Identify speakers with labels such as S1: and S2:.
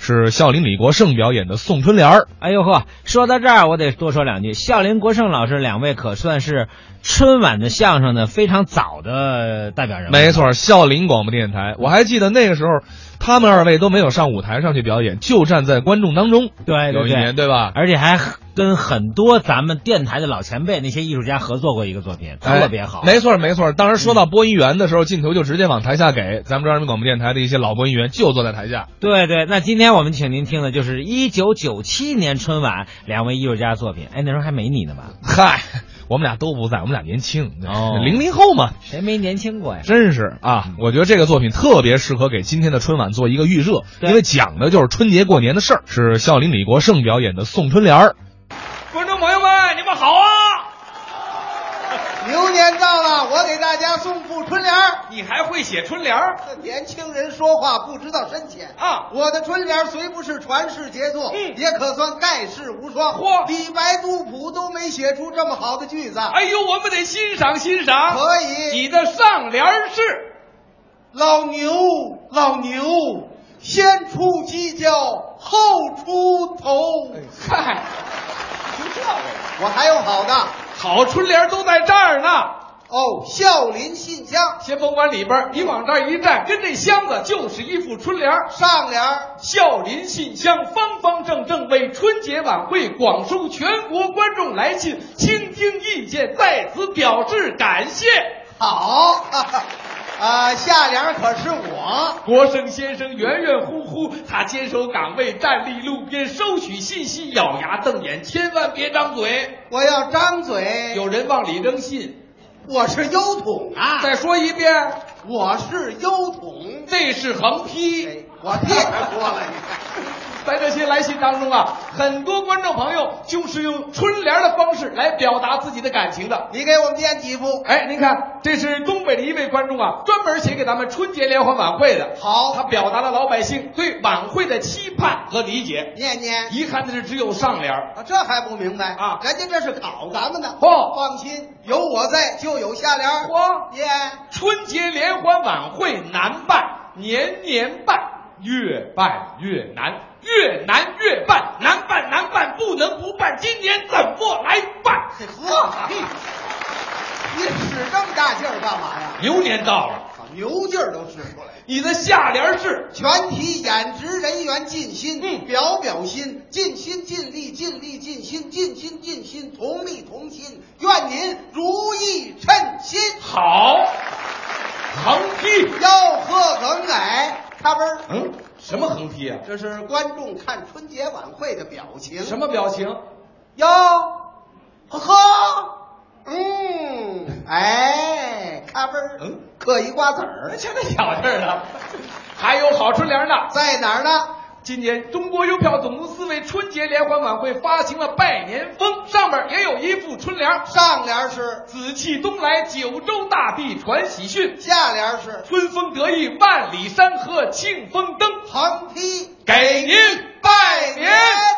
S1: 是孝林李国盛表演的《送春联儿》。
S2: 哎呦呵，说到这儿，我得多说两句。孝林、国盛老师两位可算是春晚的相声的非常早的代表人物。
S1: 没，错，孝林广播电台，我还记得那个时候，他们二位都没有上舞台上去表演，就站在观众当中。
S2: 对哎对
S1: 有一
S2: 对
S1: 年，，对吧？
S2: 而且还跟很多咱们电台的老前辈那些艺术家合作过一个作品，特别好。嗯
S1: 哎没错没错。当时说到播音员的时候，镜头就直接往台下给。咱们中央人民广播电台的一些老播音员就坐在台下。
S2: 对对，那今天我们请您听的就是一九九七年春晚两位艺术家的作品。哎，那时候还没你呢吧？
S1: 嗨，我们俩都不在，我们俩年轻，
S2: 哦嗯
S1: 零零后嘛，
S2: 谁没年轻过呀？
S1: 真是啊！我觉得这个作品特别适合给今天的春晚做一个预热，
S2: 对
S1: 因为讲的就是春节过年的事儿。是孝林李国盛表演的《送春联儿》。
S3: 观众朋友们，你们好啊！
S4: 牛年到了，我给大家送副春联儿。
S3: 你还会写春联儿？
S4: 这年轻人说话不知道深浅
S3: 啊
S4: 我的春联儿虽不是传世杰作，
S3: 嗯
S4: 也可算盖世无双。
S3: 嚯
S4: 李白、杜甫都没写出这么好的句子。
S3: 哎呦，我们得欣赏欣赏。
S4: 可以
S3: 你的上联儿是
S4: 老牛，老牛，先出犄角，后出头。
S3: 哎嗨，
S4: 我还有好的
S3: 好春联儿都在这儿呢。
S4: 哦，孝林信箱
S3: 先甭管里边儿，你往这儿一站，跟这箱子就是一副春联儿。
S4: 上联儿
S3: 孝林信箱方方正正为春节晚会广收全国观众来信，倾听意见，在此表示感谢。
S4: 好， 啊，下联儿可是我。
S3: 国盛先生圆圆乎乎，他坚守岗位，站立路边，收取信息，咬牙瞪眼，千万别张嘴。
S4: 我要张嘴，
S3: 有人往里扔信，
S4: 我是油桶啊！
S3: 再说一遍，
S4: 我是油桶。
S3: 这是横批。
S4: 哎我 别说了，你看，
S3: 在这些来信当中啊，很多观众朋友就是用春联的方式来表达自己的感情的。
S4: 你给我们念几幅？
S3: 哎，您看，这是东北的一位观众啊，专门写给咱们春节联欢晚会的。
S4: 好
S3: 他表达了老百姓对晚会的期盼和理解。
S4: 念念。
S3: 遗憾的是，只有上联儿。
S4: 啊，这还不明白
S3: 啊
S4: 人家这是考咱们的。
S3: 嚯
S4: 放心，有我在就有下联。
S3: 嚯
S4: 念
S3: 春节联欢晚会难办，年年办，越办越难，越难越办，难办难办，不能不办，今年怎么来办？
S4: 呵，嘿你使这么大劲儿干嘛呀？
S3: 牛年到了，
S4: 啊牛劲儿都使出来了。
S3: 你的下联是
S4: 全体演职人员尽心，
S3: 嗯
S4: 表表心，尽心尽力，尽力尽心，尽心尽心，同力同心，愿您如意称心。
S3: 好，横批，
S4: 吆喝梗哎，他不是，
S3: 嗯，什么横批啊？
S4: 这是观众看春节晚会的表情。
S3: 什么表情？
S4: 吆呵呵，嗯，哎，咔嘣儿，
S3: 嗯，
S4: 嗑一瓜子儿，
S3: 现在小事儿了，还有好春联呢。
S4: 在哪儿呢？
S3: 今年中国邮票总公司为春节联欢晚会发行了拜年风，上面也有一副春联儿。
S4: 上联是，
S3: 紫气东来，九州大地传喜讯，
S4: 下联是，
S3: 春风得意，万里山河庆风灯。
S4: 横批。
S3: 给您拜年。